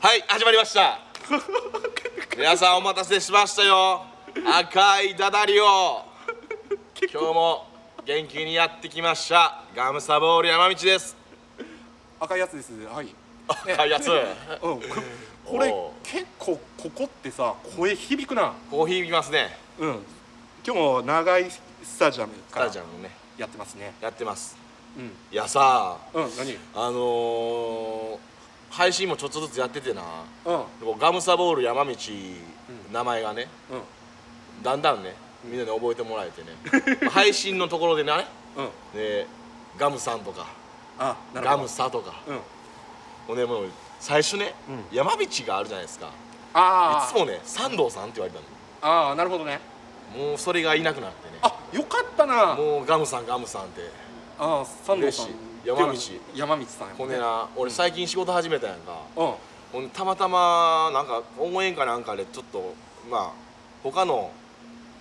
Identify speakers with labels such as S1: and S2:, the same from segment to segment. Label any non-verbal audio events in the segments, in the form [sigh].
S1: はい始まりました皆さんお待たせしましたよ赤いダダリオ今日も元気にやってきましたガムサボール山道です
S2: 赤いやつですはい
S1: 赤いやつ
S2: うんここれ
S1: おう
S2: 結構ここってさ声響くな
S1: コーヒーいきますね
S2: うん今日も長いスタジアム
S1: ス
S2: か
S1: タ
S2: ら
S1: ジアムね
S2: やってますね
S1: やってます
S2: うん
S1: いやさ
S2: うん何うん
S1: あのー、配信もちょっとずつやっててなこうガムサボール山道、名前がね
S2: うん
S1: だんだんねみんなに覚えてもらえてねまあ配信のところでね
S2: うん
S1: でガムさんとか
S2: あなる
S1: ガ
S2: ほど
S1: ムサとか
S2: うん
S1: ほんでもう最初ね、山道があるじゃないですかい
S2: あ
S1: つ
S2: ー
S1: もね三道さんって言われた
S2: あーなるほどね
S1: のもうそれがいなくなってね
S2: あよかったな
S1: もうガムさんガムさんって
S2: あー三藤さん
S1: 嬉しい山道
S2: 山道さんやも
S1: ほ
S2: ん
S1: ん
S2: ね
S1: でな俺最近仕事始めたやんか
S2: うん
S1: ほんでたまたまなんか応援かなんかでちょっとまあ他の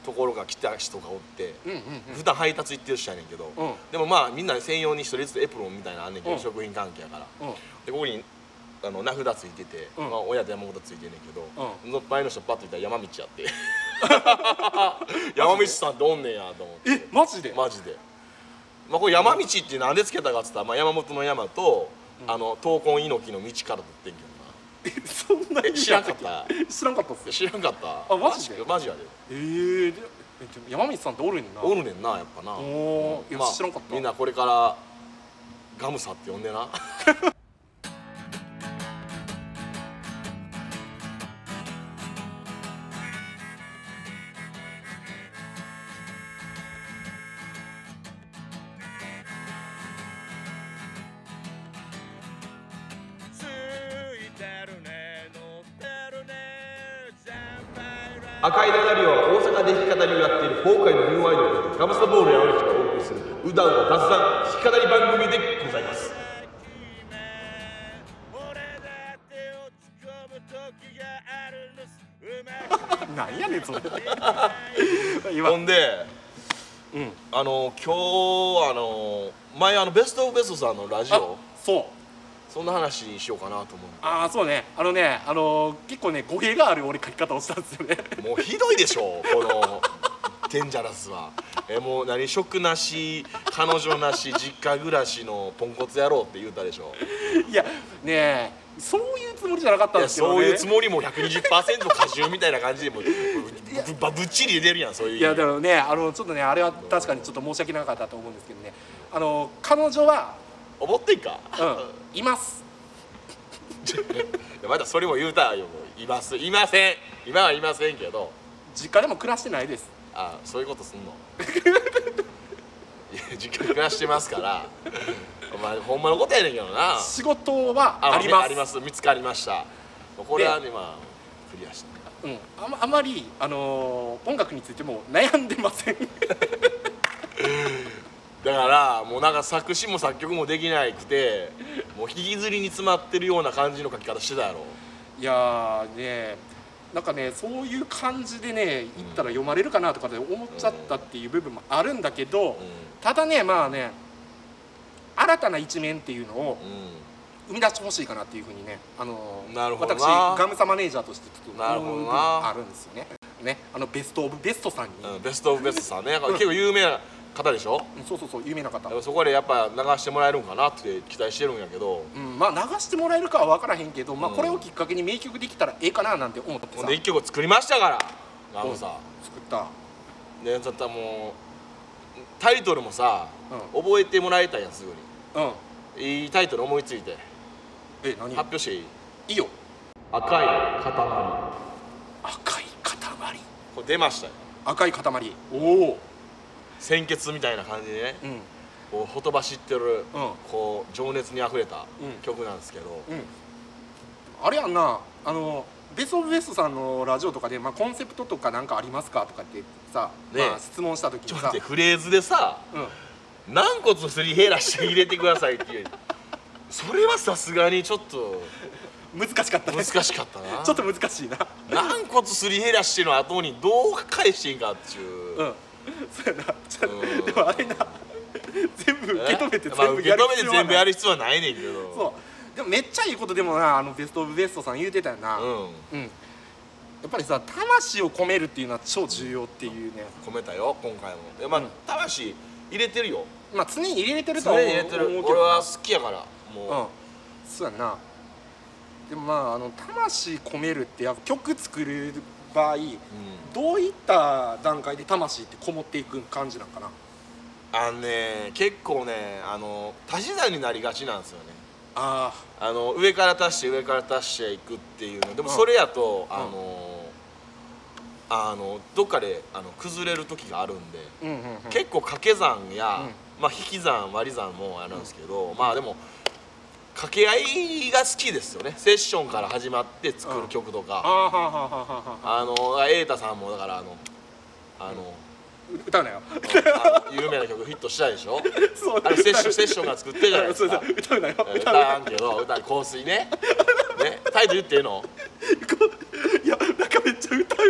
S1: ところが来た人がおって、
S2: うんうん
S1: 普段配達行ってる人やねんけど、
S2: うん
S1: でもまあみんな専用に一人ずつエプロンみたいなのあんねんけど、
S2: うん
S1: 食品関係やから
S2: うんうん
S1: でここにあの名札ついてて、
S2: うん
S1: まあ、親と山本ついてんねんけど、
S2: う
S1: のっぱいの人パッと見たら山道やって
S2: [laughs]
S1: 山道さんっておんねんやと思って
S2: えマジで
S1: マジで、まあ、これ山道ってなんでつけたかっつったら、まあ、山本の山と、あの闘魂猪木の道から取ってんけ
S2: えそんな
S1: どなえ
S2: に
S1: 知らんかった
S2: 知らんかったっすよ
S1: 知らんかった
S2: あマジで
S1: マジやで
S2: えーでえでも山道さんっておるんやな
S1: おるねんなやっぱな
S2: おーいや
S1: まあ
S2: 知らんかった
S1: みんなこれからガムサって呼んでな
S3: ついてるね乗ってるね全敗ラ
S1: 赤いダダリオは大阪で弾き語りをやっている崩壊のニューアイドルガムサボールやる人がお送りするうだうだ雑談弾き語り番組でございます
S3: キね俺だって落ち込む時があるんですうまく
S2: なんやねん
S1: [laughs]
S2: それ今
S1: ほんで
S2: うん
S1: あの今日あの前あのベストオブベストさんのラジ
S2: あ
S1: オ
S2: そう
S1: そんな話にしようかなと思
S2: ああそうねあのねあのー結構ね語弊がある俺書き方をしたんですよね [laughs]
S1: うもうひどいでしょこのデンジャラスはえもう何職なし彼女なし実家暮らしのポンコツ野郎って言うたでしょ
S2: いやねえそういうつもりじゃなかった
S1: い
S2: ん
S1: や
S2: ですけど、ね、
S1: そういうつもりも120%過重みたいな感じでもうぶぶぶっちり出るやんそういう
S2: いやだからねあのちょっとねあれは確かにちょっと申し訳なかったと思うんですけどねあの彼女は、
S1: 思ってんか
S2: うん、います
S1: いやまだそれも言うたらよもういますいません今はいませんけど
S2: 実家でも暮らしてないです
S1: あそういうことすんのいや実家に暮らしてますからお前ほんまのことやねんけどな
S2: 仕事は
S1: あ
S2: あります
S1: あります見つかりましたこれはねまあクリアしたね
S2: うん、あまあまり、あのー音楽についても悩んでません
S1: だからもうなんか作詞も作曲もできないくてもう引きずりに詰まってるような感じの書き方してたやろ
S2: いやーねなんかねそういう感じでね行ったら読まれるかなとかで思っちゃったっていう部分もあるんだけど、
S1: う
S2: ただねまあね新たな一面っていうのを
S1: ん、うん
S2: 生み出してほしいかなっていうふうにねあの
S1: なるほどな
S2: 私ガムサマネージャーとしてちょっと
S1: なるほどな
S2: 思う部分があるんですよねねあのベストオブベストさんに、
S1: うんベストオブベストさんね、結構有名な方でしょ
S2: そうそうそう有名な方、
S1: そこでやっぱ流してもらえるんかなって期待してるんやけど
S2: うん、まあ流してもらえるかは分からへんけど、まあ、
S1: うん
S2: これをきっかけに名曲できたらええかななんて思って
S1: ほん
S2: さ
S1: で一曲作りましたからガムさ
S2: 作った
S1: んねだったらもうタイトルもさ、
S2: う
S1: 覚えてもらいたいやんすぐ
S2: うん
S1: にいいタイトル思いついて
S2: え何
S1: 発表していい
S2: いいよ
S1: 赤い塊
S2: 赤い塊
S1: これ出ましたよ
S2: 赤い塊おお
S1: 鮮血みたいな感じでね
S2: うんうん
S1: こうほとばしってる、
S2: うん
S1: こう情熱にあふれた
S2: うん
S1: 曲なんですけど、
S2: あれやんなあのベストオブベストさんのラジオとかで、まあ、コンセプトとかなんかありますかとかってさ、
S1: ねえ
S2: まあ、質問した時
S1: ちょ
S2: に
S1: っと
S2: さ
S1: 待ってフレーズでさ
S2: うん
S1: 軟骨すり減らして入れてくださいっていうそれはさすがにちょっと
S2: 難しかったね
S1: 難しかったな
S2: [laughs] ちょっと難しいな
S1: 軟骨すり減らしての後にどう返していいんかっていう、
S2: うんそうやなちょ
S1: うん
S2: でもあれな全部受け止めて
S1: まあ
S2: 全部
S1: 受け
S2: やる
S1: 止めて
S2: 必要は
S1: 全部や
S2: ない
S1: る必要はないねんけど
S2: そうでもめっちゃいいことでもなあのベスト・オブ・ベストさん言うてたよな、
S1: う
S2: うん
S1: ん
S2: やっぱりさ魂を込めるっていうのは超重要っていうね
S1: 込めたよ今回もでまあ
S2: うん
S1: 魂入れてるよ
S2: まあ常に入れてると
S1: 常
S2: は
S1: に
S2: 思う
S1: 入れてる
S2: 思うけ
S1: 俺
S2: ど
S1: は好きやから
S2: う
S1: も
S2: んそうやなでもまああの魂込めるってやっぱ曲作る場合
S1: う、うん
S2: どういった段階で魂ってこもっていく感じなんかな
S1: あのね結構ねあの足し算になりがちなんですよね
S2: あ
S1: あの上から足して上から足していくっていうのでも
S2: うん
S1: それやと、
S2: ん
S1: あのあのどっかであの崩れる時があるんで、
S2: うんうん、うん、
S1: 結構掛け算や、まあ、引き算割り算もあるんですけど、まあでも掛け合いが好きですよねセッションから始まって作る曲と
S2: あ
S1: か、
S2: あははははは
S1: あの瑛太さんもだからあのあ
S2: [laughs]
S1: の、
S2: 歌うなよ
S1: あの有名な曲ヒットしたでしょ
S2: [laughs] そう
S1: あれセッションセッションが作ってるじゃないで
S2: [laughs] そ
S1: す
S2: うそ
S1: か
S2: う歌うなよ
S1: 歌
S2: 歌うな
S1: わ
S2: よ
S1: んけど歌う香水
S2: [laughs]
S1: ねねタイトル言っていいの
S2: いやなんかめっちゃ歌う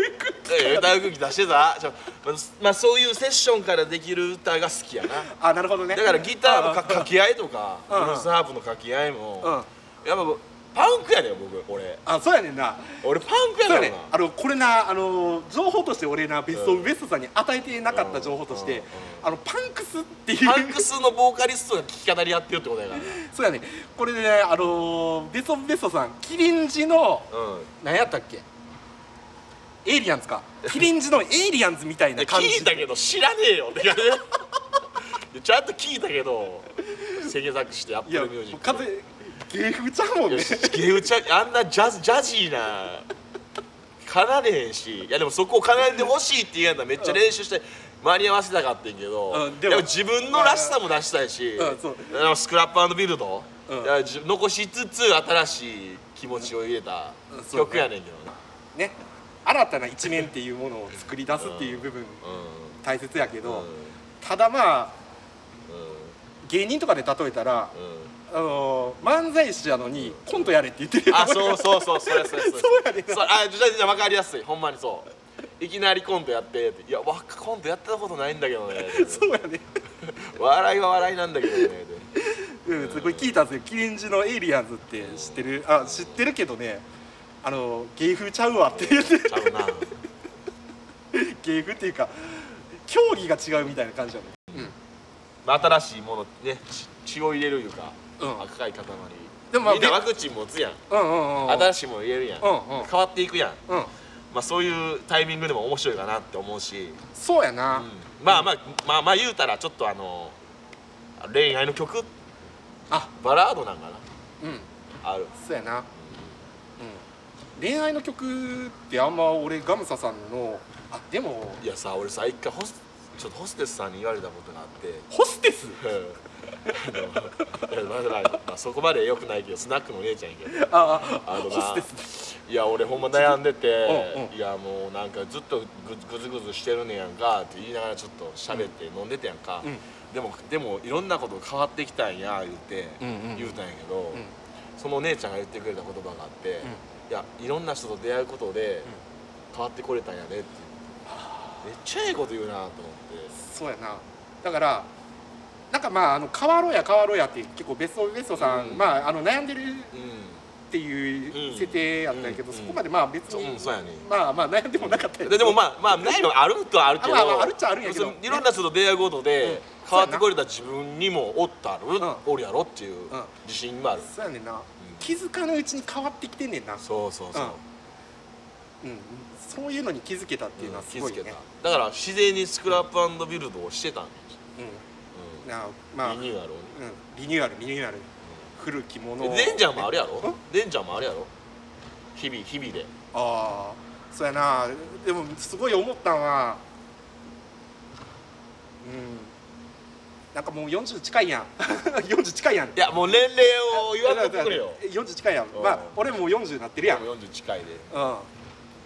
S1: え歌う空気出してたちょまあまあそういうセッションからできる歌が好きやな
S2: あなるほどね
S1: だからギターのか掛け合いとかブ
S2: うん
S1: ルースハープの掛け合いも
S2: うん
S1: やっぱパンクやねん僕俺
S2: あそうやねんな
S1: 俺パンクや
S2: そうや
S1: ね
S2: ね
S1: ん
S2: あのこれなあの情報として俺なベスト・オブ・ベストさんに与えてなかった情報として、
S1: うんうん
S2: あのパンクスっていう
S1: パンクスのボーカリストが聴き語りやってるってことやからな
S2: そうやねこれでねあのベスト・オブ・ベストさんキリンジの
S1: うん
S2: 何やったっけエイリアンズかキリンジのエイリアンズみた
S1: い
S2: い
S1: や
S2: な感じ
S1: 聞いたけど知らねえよって感じいやちゃんと聞いたけど [laughs] 制作してアップ
S2: いや
S1: ル
S2: も
S1: ミュージッ
S2: う
S1: クで
S2: 風芸風ちゃうもんね
S1: いやゲウチャあんなジャズジャジーな奏でへんしいやでもそこを奏でてほしいって言うんだめっちゃ練習して間に合わせたかってんけど、
S2: うん
S1: で
S2: で
S1: も
S2: も
S1: 自分のらしさも出したいし、
S2: うんそう
S1: あのスクラップビルド、
S2: うん
S1: いやじ残しつつ新しい気持ちを入れた
S2: うんそうね
S1: 曲やねんけどな、
S2: ね新たな一面っていうものを作り出すっていう部分
S1: う
S2: 大切や
S1: ん
S2: け
S1: うん
S2: ど、ただまあ
S1: う
S2: 芸人とかで例えたら、
S1: んうん
S2: あの漫才師やのにコントやれって言ってる
S1: あそうそうそうそれそれそれ
S2: そうやねんな
S1: それあじゃあじゃあ分かりやすいほんまにそういきなりコントやってっていやわコントやってたことないんだけどね
S2: そうやね
S1: 笑いは笑いなんだけどね
S2: うんこれ聞いたんですよキリンジのエイリアンズって知ってるあ知ってるけどねあの芸風ちゃうわって言って [laughs]
S1: ちゃうな
S2: 芸風っていうか競技が違うみたいな感じだね
S1: まあ新しいものね血血を入れるいうか、
S2: うん
S1: 赤い塊
S2: でもまあ
S1: みんな
S2: で
S1: ワクチン持つやん
S2: うんうんうん
S1: 新しいもの入れるやん、
S2: うんうん
S1: 変わっていくやん
S2: うん
S1: まあそういうタイミングでも面白いかなって思うし、
S2: そうや
S1: う
S2: な、
S1: んまあまあまあまあ言うたらちょっとあの恋愛の曲
S2: あ
S1: バラードなんかな
S2: うん
S1: ある
S2: そうやな、うん、恋愛の曲ってあんま俺ガムサさんのあでも
S1: いやさ俺さ一回ホスちょっとホステスさんに言われたことがあって
S2: ホステス
S1: [laughs] あのいやまだなまあそこまでよくないけどスナックのお姉ちゃんやけど
S2: ああ
S1: あのな
S2: ホステス
S1: いや俺ほんま悩んでて
S2: うんうん
S1: いやもうなんかずっとぐぐずぐずしてるねやんかって言いながらちょっと喋って飲んでたやんか、
S2: うん
S1: でもでもいろんなこと変わってきたんや言うて、
S2: うんうん
S1: 言うたんやけど、そのお姉ちゃんが言ってくれた言葉があって、いやいろんな人と出会うことで変わってこれたんやねっていうめっちゃええこと言うなと思って
S2: そうやなだからなんかまああの変わろうや変わろうやって結構ベストオブベストさん、
S1: うん
S2: まああの悩んでる
S1: う
S2: っていう
S1: うん
S2: 設定やったんやけど、
S1: うん
S2: そこまでまあ別
S1: ん、
S2: に、
S1: うん、そうやね
S2: まあまあ悩んでもなかったん
S1: で
S2: やけ
S1: で
S2: ど
S1: もまあまあないのあるとはあるけど、
S2: あまあまああるっちゃあるんやけど
S1: 別にいろんな人と出会うことで
S2: うん
S1: 変わってくれた自分にもおったる、
S2: う
S1: おるやろっていう
S2: うん
S1: 自信もある、
S2: そうやねんな、気づかぬうちに変わってきてんねんな、
S1: そうそうそう、
S2: うんうん、そういうのに気づけたっていうのはす
S1: 気
S2: ご
S1: づ
S2: いね、
S1: け
S2: うん
S1: ただから自然にスクラップビルドをしてたんです、うん
S2: なまあ、うん
S1: リニューアルをね、
S2: リニューアルリニューアル古きものを
S1: デンジャーもあるや
S2: うん
S1: ろデンジャーもあるやろ日々日々で
S2: ああそうやなでもすごい思ったんはうんなんかもう40近いやん [laughs] 40近いやん
S1: いやもう年齢を言わんとってくれよ
S2: 40近いやん
S1: うん
S2: まあ俺もう40なってるやん、うん、
S1: もう40近いで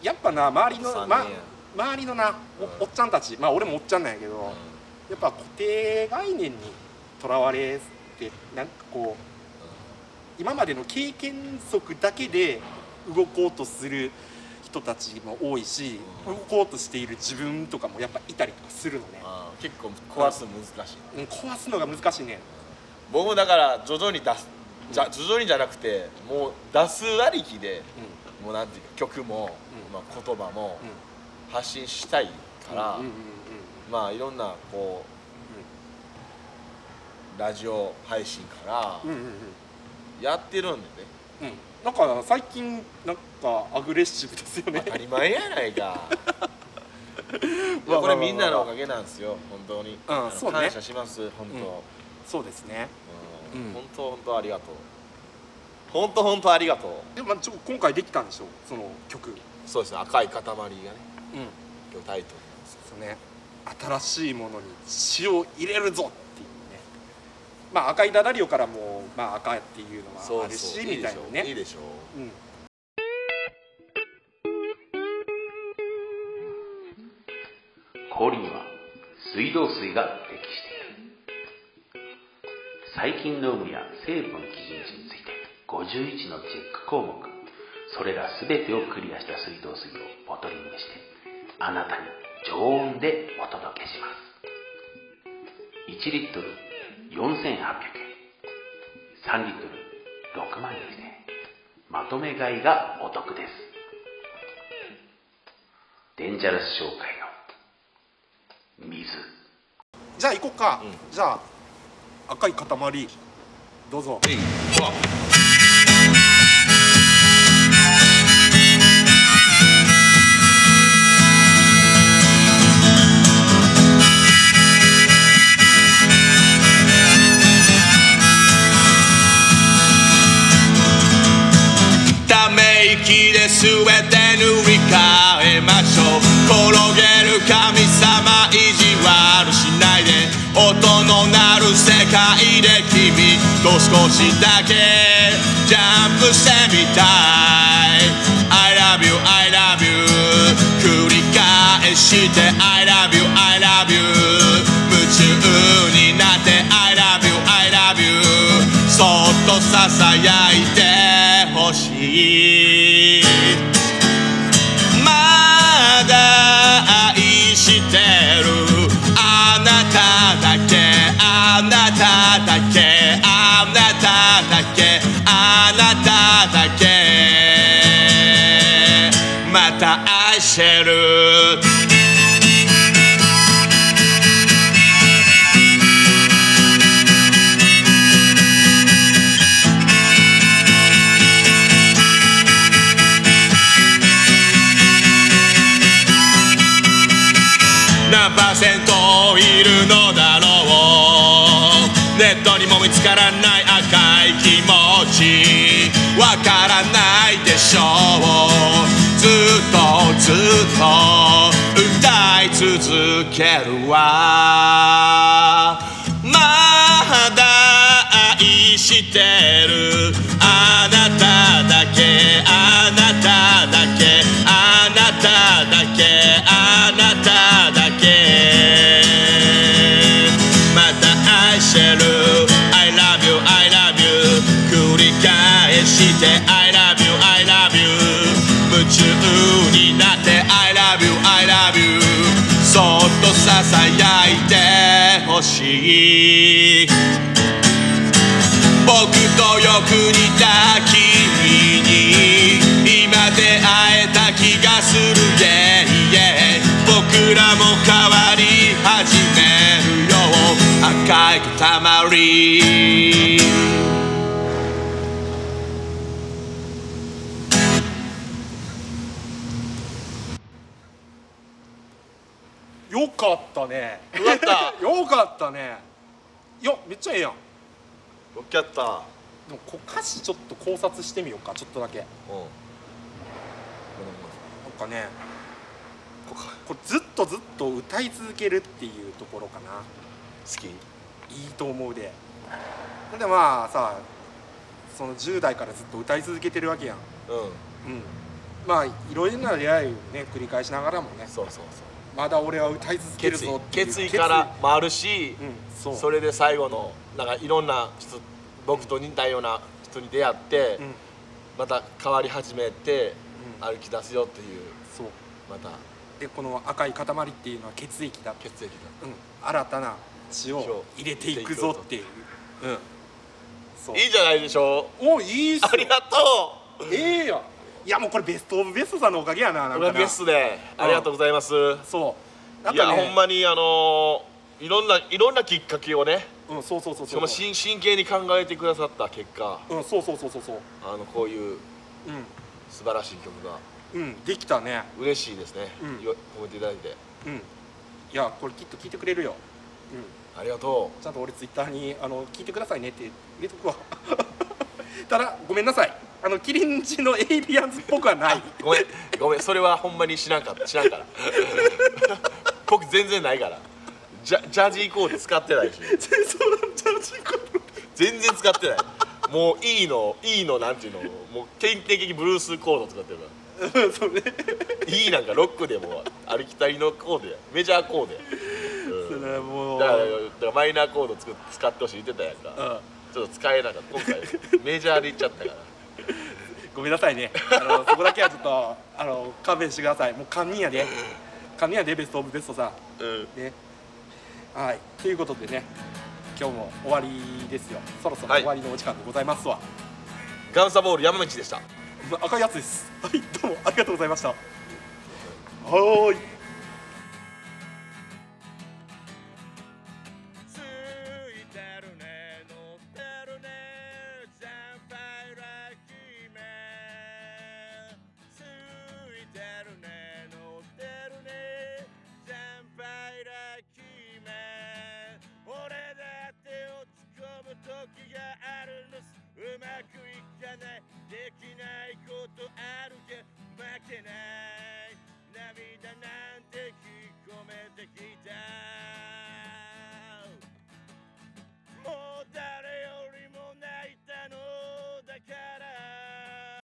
S2: やっぱな周りの、
S1: 三
S2: ま
S1: 年や、
S2: 周りのなおおっちゃんたちまあ俺もおっちゃんなんやけど、
S1: うん
S2: やっぱ固定概念にとらわれてなんかこう今までの経験則だけで動こうとする人たちも多いし、
S1: うん
S2: 動こうとしている自分とかもやっぱいたりとかするのね、
S1: あー結構壊すの難しい
S2: うん、壊すのが難しいね
S1: 僕もだから徐々に出すじゃ徐々にじゃなくてもう出すありきで、もうなんていうか曲も、
S2: うん
S1: まあ、言葉も発信したいから、
S2: うんうんうん
S1: まあいろんなこうラジオ配信から
S2: うんうんうんうん
S1: やってるんでね、
S2: うんなんか最近なんかアグレッシブですよね
S1: 当たり前やないかい
S2: [laughs] ま
S1: や
S2: あ
S1: こ
S2: まあまあ
S1: れみんなのおかげなんですよ本当に、あの
S2: そうね
S1: 感謝します本当、
S2: うんそうですね
S1: うん
S2: うん
S1: 本当本当ありがとう本当本当ありがとう
S2: [laughs] でもまあちょ今回できたんでしょその曲うん
S1: そうですね赤い塊がね今日タイトル
S2: そうね新しいものに血を入れるぞっていうねまあ赤いダダリオからもまあ赤っていうの
S1: そ
S2: はあ
S1: う
S2: る
S1: そ
S2: し
S1: ういい
S2: み
S1: で
S2: た
S1: し
S2: いな
S1: ょ
S2: ね
S1: いいでしょ
S2: うん
S4: 氷には水道水が適している細菌の有無や成分基準値について51のチェック項目それら全てをクリアした水道水をボトリングしてあなたに常温でお届けします1リットル4800円3リットル6万円まとめ買いがお得ですデンジャラス商会の水
S2: じゃあ行こっか、
S1: う
S2: じゃあ赤い塊どうぞ
S1: ううわ
S5: ため息で全て塗り替えましょう転げる神様意地悪しないで音の鳴る世界で君と少しだけジャンプしてみたい I love you, I love you 繰り返して I love you, I love you 夢中になって I love you, I love you そっとささやいてほしいまだ愛してるあなただけあなただけあなただけあなただけまた愛してる何パーセントいるのだろうネットにも見つからない赤い気持ちわからないでしょうずっとずっと歌い続けるわまだ愛してるあなただけあなただけあなただけあなただけまた愛してる I love you I love you 繰り返して I love you I love you 夢中になって I love you I love you そっとささやいてほしい僕とよく似た君に今出会えた気がする yeah, yeah 僕らも変わり始めるよ赤い塊
S2: よかったね
S1: よかった
S2: よかったねいやめっちゃええやん
S1: ロッキャッター
S2: でもこう歌詞ちょっと考察してみようかちょっとだけなん
S1: うんごめん
S2: かねここれずっとずっと歌い続けるっていうところかな
S1: ご
S2: いいと思うでだってまあさその10代からずっと歌い続けてるわけやん
S1: めん好き
S2: うんまあいろいろな出会いをね繰り返しながらもね
S1: うんそうそうそう
S2: まだ俺は歌い続ける
S1: 決意
S2: ぞっていう
S1: 決意からもあるし、
S2: うんそう
S1: それで最後のなんかいろんな人僕と似たような人に出会って、
S2: うん
S1: また変わり始めて、
S2: うん
S1: 歩き出すよっていう
S2: そう
S1: また
S2: でこの赤い塊っていうのは血液だ、
S1: 血液だ
S2: うん、新たな血を入れていくぞっていう、うん、そう
S1: いいじゃないでしょ
S2: おいいっす
S1: あり
S2: よ
S1: がと
S2: ええやいやもうこれベストオブベストさんのおかげやなな
S1: うん俺
S2: か
S1: は
S2: な
S1: ゲストでありがとうございます
S2: そうなん
S1: い
S2: か
S1: や
S2: ね
S1: ほんまにあのーいろんないろんなきっかけをね
S2: うんそうそうそう
S1: し
S2: そ
S1: か
S2: う
S1: も真真剣に考えてくださった結果
S2: うんそうそうそうそうそう
S1: あのこういう素晴らしい曲が
S2: うんうんできたね
S1: 嬉しいですね、
S2: うん
S1: よ褒めていただいて
S2: うんいやこれきっと聞いてくれるようん
S1: ありがと
S2: ちゃんと俺ツイッターにあの聞いてくださいねって入れとくわ [laughs] ただごめんなさいあのキリンジのエイリアンズっぽくはない
S1: うごめん [laughs] ごめんそれはほんまに知らんかった知 [laughs] らんから僕全然ないからジャジャージーコーデ使ってないし
S2: [laughs] そうなんちゃう人
S1: 全然使ってないもう E の E のなんていうのもう典型的ブルースコード使ってるか
S2: うんそうね
S1: ら E なんかロックでもありきたりのコードやメジャーコードや、
S2: そ
S1: うん
S2: れはもう
S1: だからだからマイナーコード作っ使ってほしい言ってたやんか、
S2: うん
S1: ちょっと使えなかった今回メジャーで行っちゃったから
S2: ごめんなさいねあのそこだけはちょっとあの勘弁してくださいもう堪忍やで堪忍やでベストオブベストさ
S1: うん
S2: ねはいということでね今日も終わりですよそろそろ
S1: はい
S2: 終わりのお時間でございますわ、
S1: ガンサボール山道でした
S2: 赤いやつですはいどうもありがとうございましたはーい